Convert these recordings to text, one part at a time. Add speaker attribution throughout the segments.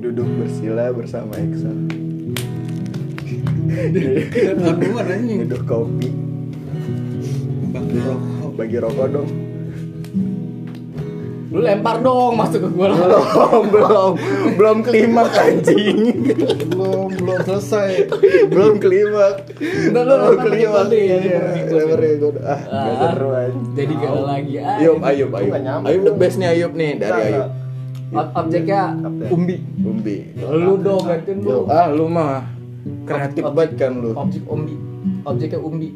Speaker 1: duduk bersila bersama Excel
Speaker 2: Keluar keluar anjing.
Speaker 1: duduk kopi
Speaker 2: Bagi rokok.
Speaker 1: bagi rokok dong
Speaker 3: Lu lempar dong masuk ke gua lah.
Speaker 1: belum belum belum klimaks anjing
Speaker 2: Belum belum selesai.
Speaker 1: belum klimaks
Speaker 3: Bentar, lu
Speaker 1: belum
Speaker 3: lempar
Speaker 1: klimaks
Speaker 3: lagi,
Speaker 1: iya
Speaker 3: lempar
Speaker 1: lempar
Speaker 3: lagi.
Speaker 1: lagi gua.
Speaker 3: iya.
Speaker 1: ah nggak seru anjing
Speaker 3: Jadi gak ada lagi. ah.
Speaker 1: Ayub, Ayub,
Speaker 4: Gua
Speaker 1: Ayub.
Speaker 4: nggak nyambung.
Speaker 1: Ayub the best nih Ayub nih dari
Speaker 4: Nggak,
Speaker 1: Ayub.
Speaker 3: Ob- Objeknya
Speaker 1: Umbi. Umbi.
Speaker 3: Iya. lu dong gantiin lu.
Speaker 1: Ah lu mah kreatif
Speaker 3: Objek-
Speaker 1: banget kan lu.
Speaker 3: Objek umbi. Objeknya umbi.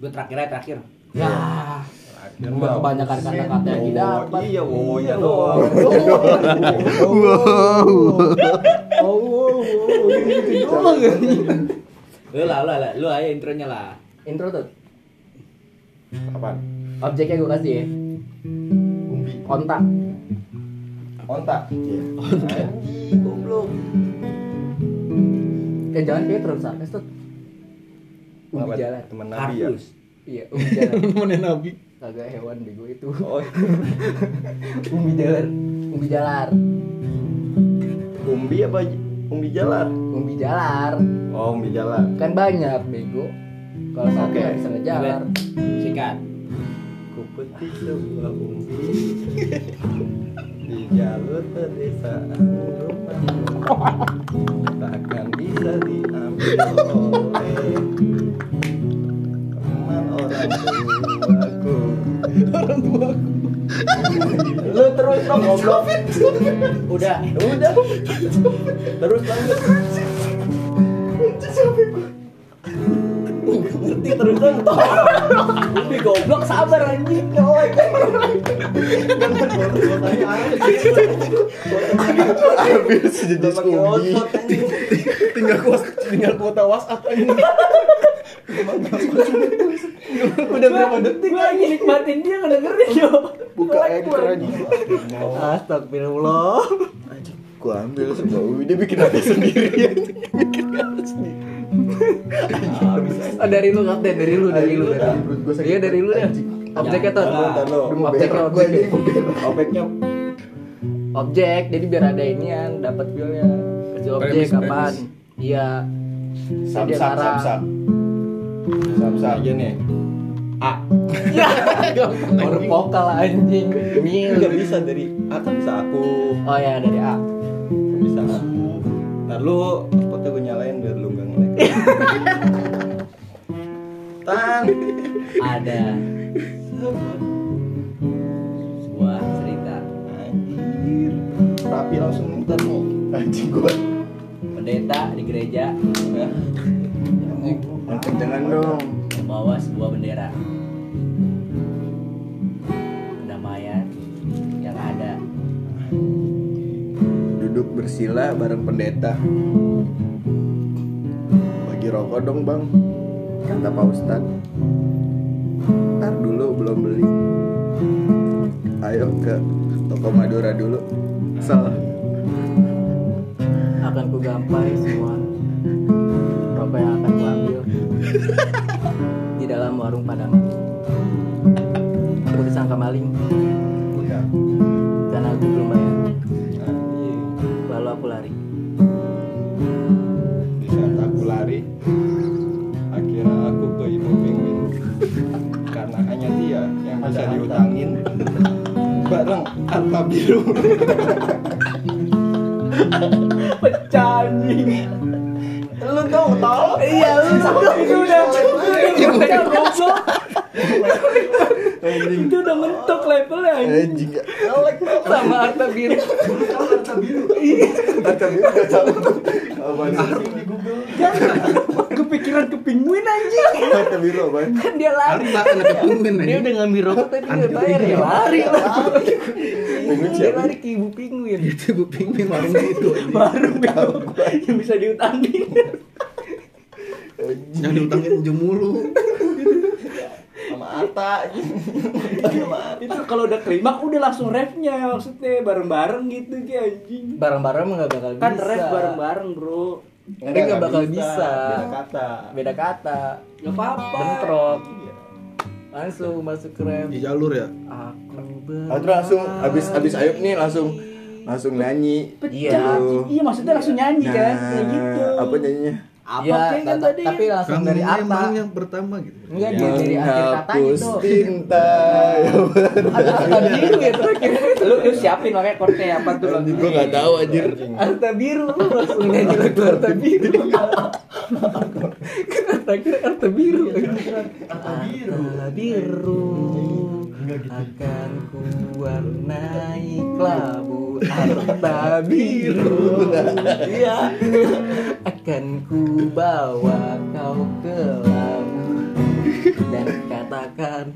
Speaker 5: Gue terakhirnya terakhir.
Speaker 3: Nah, udah kebanyakan kata-kata yang didapat.
Speaker 4: Iya, wowonya doang.
Speaker 3: Iya,
Speaker 2: Oh, wow, wow,
Speaker 3: Iya,
Speaker 2: gitu doang.
Speaker 3: ya?
Speaker 5: Lu lah, lu lah, lu aja intronya lah.
Speaker 3: Intro tuh.
Speaker 4: Apaan?
Speaker 3: Objeknya gua kasih ya.
Speaker 4: Umbi.
Speaker 3: Kontak.
Speaker 4: Onta. Iya. Anjing, goblok.
Speaker 3: Eh jangan kayak terlalu sarkas tuh. Umbi
Speaker 4: Apa,
Speaker 3: jalan.
Speaker 4: Temen Nabi ya.
Speaker 5: Kardus.
Speaker 3: Iya, umbi jalan.
Speaker 2: Temennya Nabi.
Speaker 3: Kagak hewan bego itu.
Speaker 4: Oh,
Speaker 3: Umbi jalan. Umbi jalar.
Speaker 4: umbi apa? Umbi jalan.
Speaker 3: Umbi jalar.
Speaker 4: Oh, umbi jalan.
Speaker 3: Kan banyak bego. Kalau satu
Speaker 4: Oke.
Speaker 3: nggak bisa ngejalar.
Speaker 5: Sikat.
Speaker 4: Kupetik sebuah umbi di jalur pedesaan rumah takkan bisa diambil oleh teman orang tuaku.
Speaker 3: Lu terus dong goblok.
Speaker 5: Udah.
Speaker 4: Udah, terus lanjut.
Speaker 5: Ngerti terusan. Ubi goblok sabar anjing.
Speaker 1: Habis jadi Umbi.
Speaker 2: Tinggal kuas, tinggal kuota WhatsApp
Speaker 4: Ah,
Speaker 2: aja.
Speaker 3: Udah berapa detik lagi nikmatin dia nggak dengerin yo.
Speaker 1: Buka anchor anjing.
Speaker 3: Astagfirullah.
Speaker 1: Gua ambil sebuah umbi dia bikin hati sendiri. anjing. Bikin hati sendiri.
Speaker 3: Ah, dari lu kapten, dari lu, dari lu. dari lu.
Speaker 1: Perut gua sakit.
Speaker 3: Iya dari lu deh. Objeknya tuh.
Speaker 5: Jangan, jangan,
Speaker 4: jangan.
Speaker 1: Gua
Speaker 3: Objeknya,
Speaker 1: berak gua
Speaker 3: objeknya.
Speaker 1: anjing, gua berak.
Speaker 4: Opeknya
Speaker 3: objek jadi biar ada ini yang dapat feelnya kerja objek
Speaker 2: Premis,
Speaker 3: kapan iya
Speaker 4: sam
Speaker 3: Jadi
Speaker 4: sam sam
Speaker 3: antara-
Speaker 4: sam sam sam aja nih. A
Speaker 3: baru vokal anjing
Speaker 2: Iya.
Speaker 4: mil nggak bisa dari A kan bisa aku
Speaker 3: oh ya dari A
Speaker 4: bisa aku. Ntar lu foto gue nyalain biar lu nggak ngelek. Tan.
Speaker 5: Ada. Sebuah cerita.
Speaker 4: Anjir. Tapi langsung ntar nih.
Speaker 1: Anjing gua.
Speaker 5: Pendeta di gereja
Speaker 4: Nah.
Speaker 1: Yang
Speaker 4: kan,
Speaker 1: kencengan dong.
Speaker 5: membawa sebuah bendera. Kedamaian yang ada
Speaker 1: Duduk bersila bareng pendeta. Bagi rokok dong, Bang. Kata Pak Ustad. Ntar dulu belum beli. Ayo ke toko Madura dulu. Salah.
Speaker 3: akan ku gapai semua rokok yang akan ku ambil di dalam warung padangan aku disangka maling karena aku belum bayar
Speaker 4: Anjir.
Speaker 3: lalu aku lari
Speaker 4: Di saat aku lari, akhirnya aku ke ibu penguin karena hanya dia yang bisa diutangin bareng harta biru.
Speaker 3: pecah anjing lu dong tau iya lu dong itu udah itu
Speaker 1: Iya,
Speaker 3: udah Iya, goblok itu udah mentok levelnya anjing
Speaker 1: Anjing.
Speaker 3: sama Arta Biru
Speaker 1: Kata dia Iya. udah cabut. Apaan sih?
Speaker 3: kepikiran ke penguin anjing
Speaker 1: Kata biru apaan?
Speaker 3: kan dia lari
Speaker 2: Harta anak kepenguin
Speaker 3: dia
Speaker 2: aja.
Speaker 3: udah ngambil rokok tadi dia bayar ya lari lah
Speaker 1: Penguin
Speaker 3: dia
Speaker 1: siapa?
Speaker 3: lari ke ibu penguin
Speaker 2: Itu Bu Pingin warung itu.
Speaker 3: baru bego yang bisa diutangin
Speaker 2: Yang diutangin ujung mulu.
Speaker 4: Sama harta.
Speaker 5: itu kalau udah klimak udah langsung refnya maksudnya bareng-bareng gitu ki anjing
Speaker 3: bareng-bareng nggak bakal bisa
Speaker 5: kan ref bareng-bareng bro
Speaker 3: Tapi nggak bakal bisa.
Speaker 4: Beda kata.
Speaker 3: beda kata
Speaker 5: nggak apa-apa
Speaker 3: bentrok
Speaker 1: Iya.
Speaker 3: langsung masuk ke ref
Speaker 2: Di jalur ya.
Speaker 3: aku
Speaker 1: Ah, Nah, terus langsung abis abis Ayub nih langsung langsung nyanyi
Speaker 5: Pecah.
Speaker 1: Aduh.
Speaker 5: Iya maksudnya langsung nyanyi
Speaker 1: Nah,
Speaker 5: kan kayak gitu.
Speaker 1: apa nyanyinya
Speaker 5: Apa
Speaker 3: Iya,
Speaker 5: kayak kan
Speaker 3: ta-
Speaker 5: tadi?
Speaker 3: tapi langsung dari apa?
Speaker 2: yang pertama gitu.
Speaker 5: Iya,
Speaker 3: Enggak dia dari akhir katanya
Speaker 1: Menghapus
Speaker 5: gitu.
Speaker 3: tuh.
Speaker 1: tinta
Speaker 3: Ada kata biru ya terakhir.
Speaker 5: lu lu siapin makanya kortnya apa tuh
Speaker 1: Anjing,
Speaker 5: lagu
Speaker 1: Kan gua nggak tahu anjir
Speaker 5: Arta biru lu langsung nyanyi lagu Arta biru.
Speaker 3: Karena terakhir arta biru. Arta biru akan ku warnai kelabu arta biru. Iya. Akan ku bawa kau ke labu dan katakan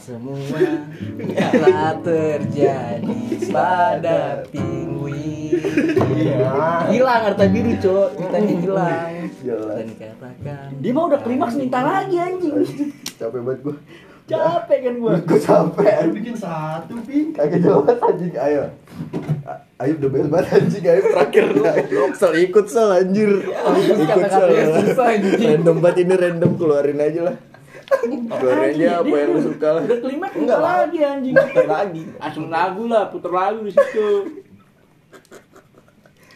Speaker 3: semua telah terjadi pada pinguin.
Speaker 4: Iya.
Speaker 3: Hilang harta biru, Cok. Ceritanya hilang.
Speaker 1: Jelas.
Speaker 3: Dan katakan.
Speaker 5: Dia mah udah klimaks minta lagi anjing.
Speaker 1: capek banget gua
Speaker 5: Capek kan gua.
Speaker 1: gua capek anjing.
Speaker 4: bikin satu ping
Speaker 1: kagak jelas anjing ayo A- Ayo udah bel banget anjing Ayo terakhir Sel ikut sel anjir Ikut sel
Speaker 3: kata-katanya susah, anjing.
Speaker 1: Random banget ini random Keluarin aja lah Keluarin
Speaker 5: Anjing,
Speaker 1: aja apa yang lu
Speaker 5: dia udah-
Speaker 1: suka lah
Speaker 5: Udah klimaks minta
Speaker 1: Enggak, Pak.
Speaker 5: lagi anjing.
Speaker 4: gitu
Speaker 5: Puter lagi. Langsung Ah, lagu lah, puter lagu di situ.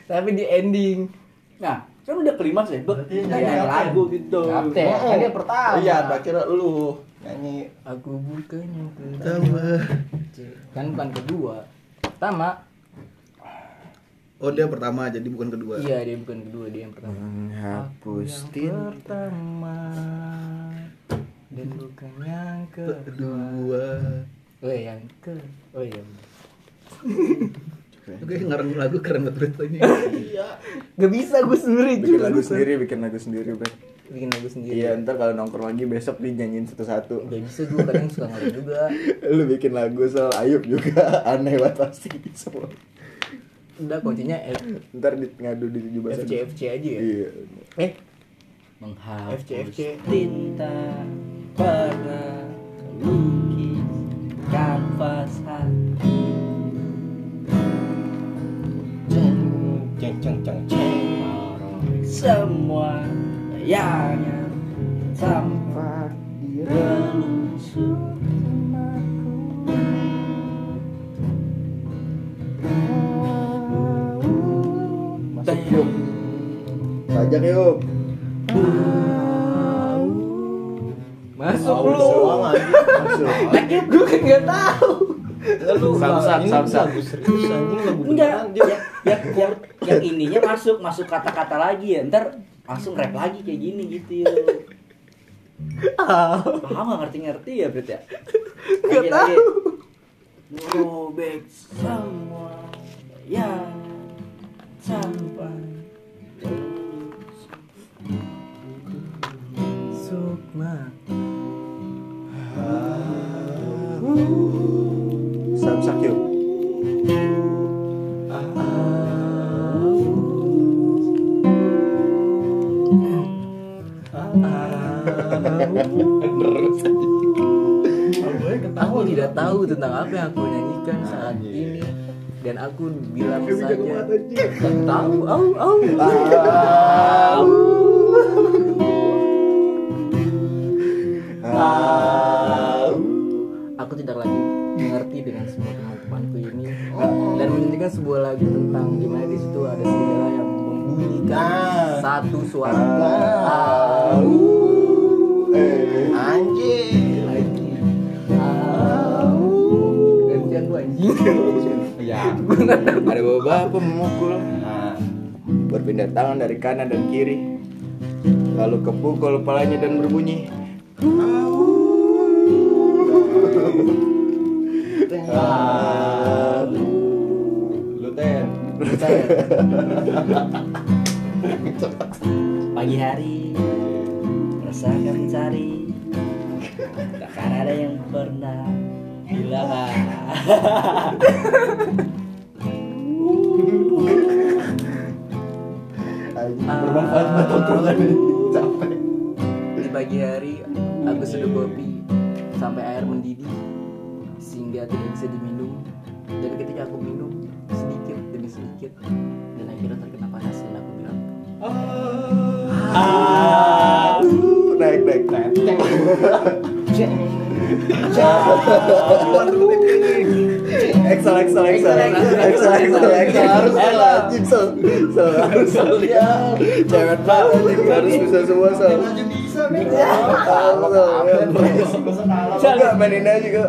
Speaker 3: Tapi di ending.
Speaker 5: Nah, kan udah klimaks ya, Bek.
Speaker 4: Berarti
Speaker 5: Kita
Speaker 4: nyanyi
Speaker 5: nyanyi
Speaker 4: apa?
Speaker 5: lagu gitu.
Speaker 3: Iya, Kapten. Kan dia pertama.
Speaker 1: Ah.
Speaker 4: iya terakhir lu nyanyi
Speaker 3: Aku bukan yang pertama.
Speaker 2: Pertama.
Speaker 3: Kan bukan kedua. Pertama.
Speaker 2: Oh dia pertama jadi bukan kedua.
Speaker 3: Iya dia bukan kedua dia yang pertama.
Speaker 1: Menghapus
Speaker 3: Yang
Speaker 1: tinta
Speaker 3: pertama. Dan bukan yang kedua.
Speaker 2: Kedua.
Speaker 3: Oh yang ke. Oh iya.
Speaker 4: Iya.
Speaker 2: Oke ngarang lagu keren banget beritanya.
Speaker 3: Gak Iya. bisa gue sendiri
Speaker 1: Bikin
Speaker 3: cuy.
Speaker 1: lagu sendiri Bikin lagu sendiri Bel.
Speaker 3: Bikin lagu sendiri.
Speaker 1: Iya ntar kalau nongkrong lagi besok dinyanyiin satu-satu
Speaker 3: Gak bisa gue kadang suka ngalir juga.
Speaker 1: Lu bikin lagu sel Ayub juga Aneh banget pasti semua
Speaker 3: Udah kuncinya F-
Speaker 1: Ntar di- ngadu di tujuh bahasa
Speaker 3: FC FC aja ya.
Speaker 1: Iya
Speaker 3: Eh menghapus
Speaker 5: FCFC.
Speaker 3: tinta warna lukis kanvas hati Jenguk
Speaker 4: ceng ceng ceng ceng
Speaker 3: cengorok semua bayangan tampak direlusuh
Speaker 1: Masuk yuk Sajak yuk
Speaker 3: Masuk
Speaker 1: Aus
Speaker 3: lu.
Speaker 1: doang, anjing. Masuk
Speaker 3: Lagi gue kan nggak tahu.
Speaker 4: lalu
Speaker 1: Samsak,
Speaker 4: ini
Speaker 1: samsak.
Speaker 4: lagu serius anjing lagu
Speaker 2: Hmm.
Speaker 5: Enggak,
Speaker 4: beneran
Speaker 5: yang, yang, yang, yang ininya masuk, masuk kata-kata lagi ya. Ntar langsung rap lagi kayak gini gitu ya. Ah. Paham gak ngerti-ngerti ya, Brit ya?
Speaker 3: Nggak
Speaker 5: Lagi-lagi. Robek semua yang sampai
Speaker 3: Sukma.
Speaker 1: Samsak yuk
Speaker 3: Aku tidak tahu tentang apa yang aku nyanyikan saat ini dan aku bilang saja tak tahu au au aku tidak lagi mengerti dengan semua teman-temanku ini
Speaker 1: Oh.
Speaker 3: dan menyanyikan sebuah lagu tentang dimana di situ ada serigala yang membunyikan
Speaker 1: Ah.
Speaker 3: satu suara au
Speaker 1: Eh. Anjing
Speaker 3: lagi au gantian gua anjing
Speaker 4: ya
Speaker 1: Ada bapak pemukul
Speaker 4: nah
Speaker 1: Berpindah tangan dari kanan dan kiri Lalu kepukul kepalanya dan berbunyi
Speaker 4: lu ten
Speaker 5: Pagi hari Merasakan mencari Takkan ada yang pernah Bila
Speaker 1: Anjing, Bermanfaat buat tongkrongan ini Capek
Speaker 3: Ah. Di pagi hari aku seduh kopi sampai air mendidih sehingga tidak bisa diminum dan ketika aku minum sedikit demi sedikit dan akhirnya terkena panas dan aku bilang
Speaker 1: Naik naik naik
Speaker 4: ceng
Speaker 1: Keluar dulu, naik, naik, naik. Excel Excel Excel
Speaker 3: Excel,
Speaker 1: Excel Excel Excel harus lah anjing Sel. Sel, harus Sel. Ya, jangan banget anjing harus bisa semua Sel.
Speaker 4: aja bisa nih
Speaker 1: Harus, Sel. Ya, Enggak mainin aja juga.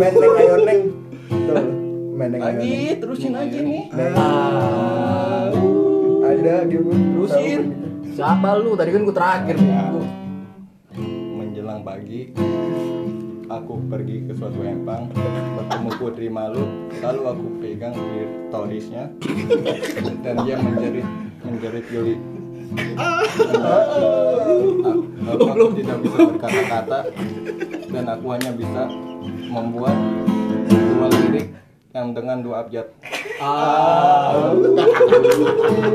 Speaker 1: Meneng ayo neng. Tuh, Meneng ayo
Speaker 2: Lagi,
Speaker 1: neng.
Speaker 2: terusin aja nih.
Speaker 1: Neng. Ada gitu.
Speaker 2: Terusin.
Speaker 3: Siapa lu? Tadi kan gue terakhir nih.
Speaker 4: Ya. menjelang pagi aku pergi ke suatu empang bertemu Putri Malu lalu aku pegang klitorisnya dan dia menjerit menjerit Yuli aku, aku tidak bisa berkata-kata dan aku hanya bisa membuat dua lirik yang dengan dua abjad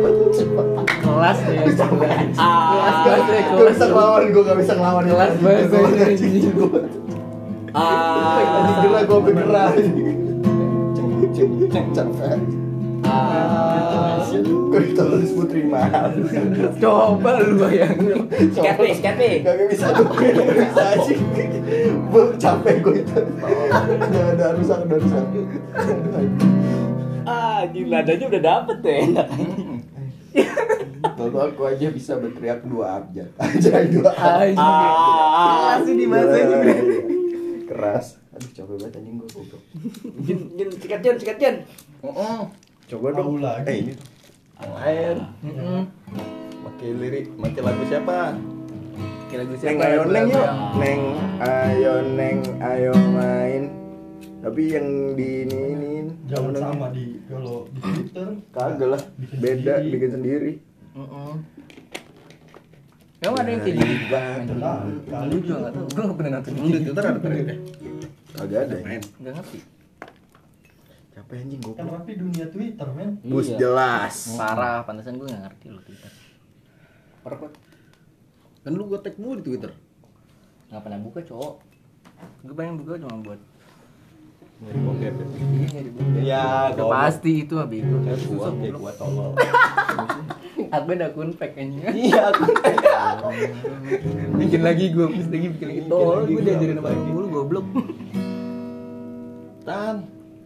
Speaker 3: Kelas ya. deh. Kelas kelas
Speaker 5: Ah,
Speaker 3: deh.
Speaker 1: Gak
Speaker 3: Kelas
Speaker 1: bisa ngelawan gue, gak bisa ngelawan
Speaker 3: Kelas banget gue.
Speaker 1: Tadi
Speaker 5: ah.
Speaker 1: gila gue bergerak
Speaker 4: ceng ceng ceng ceng
Speaker 1: Gue ditulis putri mahal
Speaker 3: Coba lu bayangin.
Speaker 5: Skepe, skepe.
Speaker 1: Gak bisa gue, gak bisa aja Bu, capek gue itu Udah, udah rusak, udah rusak
Speaker 5: Ah, anjing nadanya udah dapet ya. Enak.
Speaker 1: Lalu aku aja bisa berteriak dua abjad Aja dua
Speaker 3: Anjing.
Speaker 5: Ah.
Speaker 3: Kelas di masa ini.
Speaker 1: Iya, iya. Keras Aduh capek banget anjing gue goblok
Speaker 5: Jin, jin, sikat jin, sikat jin.
Speaker 1: Coba dong lagi Eh ini
Speaker 4: air pakai lirik pakai lagu siapa
Speaker 3: Kira gue
Speaker 1: Neng ayo neng yuk Neng ayo neng ayo main Tapi yang di ini iniin
Speaker 6: Jangan sama di kalau di Twitter
Speaker 1: Kagak lah
Speaker 6: Bikin
Speaker 1: Beda
Speaker 6: sendiri.
Speaker 1: bikin sendiri
Speaker 3: Emang ada yang kayak gitu?
Speaker 6: Nah, kali
Speaker 3: Lu juga nggak tahu. Gue nggak pernah nonton.
Speaker 2: Di Twitter ada periode.
Speaker 1: Kagak ada ya
Speaker 3: Nggak ngerti.
Speaker 1: Capek anjing
Speaker 6: kan
Speaker 1: goblok
Speaker 6: tapi dunia Twitter men
Speaker 1: Bus
Speaker 3: Iya.
Speaker 4: Hmm.
Speaker 1: jelas
Speaker 3: Parah, pantesan gue nggak ngerti lu Twitter.
Speaker 2: Kan lu gue tag mulu di Twitter.
Speaker 3: Nggak pernah buka cowok. Gue pengen buka cuma buat.
Speaker 4: Nyari bokep ya.
Speaker 3: Iya, nyari buka.
Speaker 4: Ya,
Speaker 3: Udah pasti itu habis itu.
Speaker 4: Kayak gua, kayak gua tolol.
Speaker 3: Admin akun fake anjing.
Speaker 4: Iya, aku kayak
Speaker 3: bikin lagi gue habis lagi bikin lagi
Speaker 4: Bikin
Speaker 3: tol
Speaker 4: lagi
Speaker 3: gue
Speaker 4: gua,
Speaker 3: diajarin
Speaker 4: apa
Speaker 3: apa
Speaker 4: lagi?
Speaker 3: mulu goblok
Speaker 4: tan.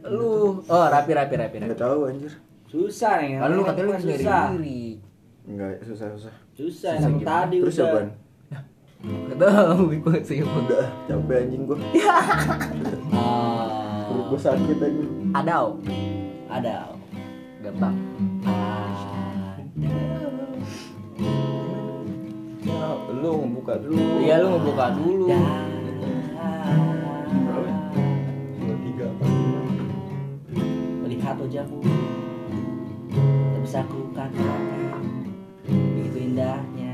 Speaker 3: lu oh rapi rapi rapi rapi
Speaker 1: Gak tahu anjir
Speaker 5: Susah nih.
Speaker 3: lalu lu katanya lu
Speaker 5: kan
Speaker 3: bisa
Speaker 5: susah.
Speaker 3: diri
Speaker 1: Enggak susah-susah
Speaker 5: Susah yang tadi
Speaker 1: Terus
Speaker 5: udah.
Speaker 1: apaan?
Speaker 3: gak tau gue sih
Speaker 1: Udah capek anjing gua
Speaker 3: Ah,
Speaker 1: Perut gua sakit anjing
Speaker 3: adau
Speaker 5: Ada.
Speaker 3: gampang
Speaker 4: Ya, lu buka dulu.
Speaker 3: iya lu ngebuka dulu
Speaker 6: dua tiga
Speaker 5: Melihat wajahmu. Tak bisa ku katakan. Begitu indahnya.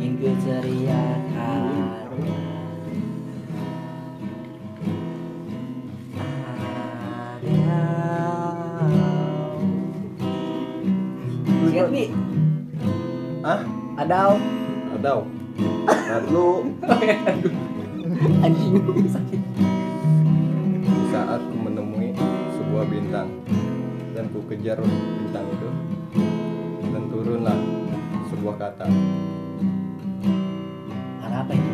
Speaker 5: Ingin ku teriakan. Adau. Sikat nih.
Speaker 4: Hah?
Speaker 3: adau
Speaker 4: Adau. Nah, lu
Speaker 3: anjing sakit
Speaker 4: di saat ku menemui sebuah bintang dan ku kejar bintang itu dan turunlah sebuah kata
Speaker 5: Ada apa itu?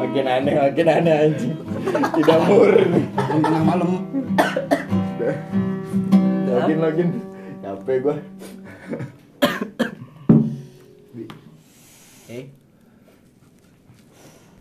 Speaker 4: makin aneh makin aneh anjing tidak murni
Speaker 2: Belum tengah malam.
Speaker 1: Login login Capek gua
Speaker 3: eh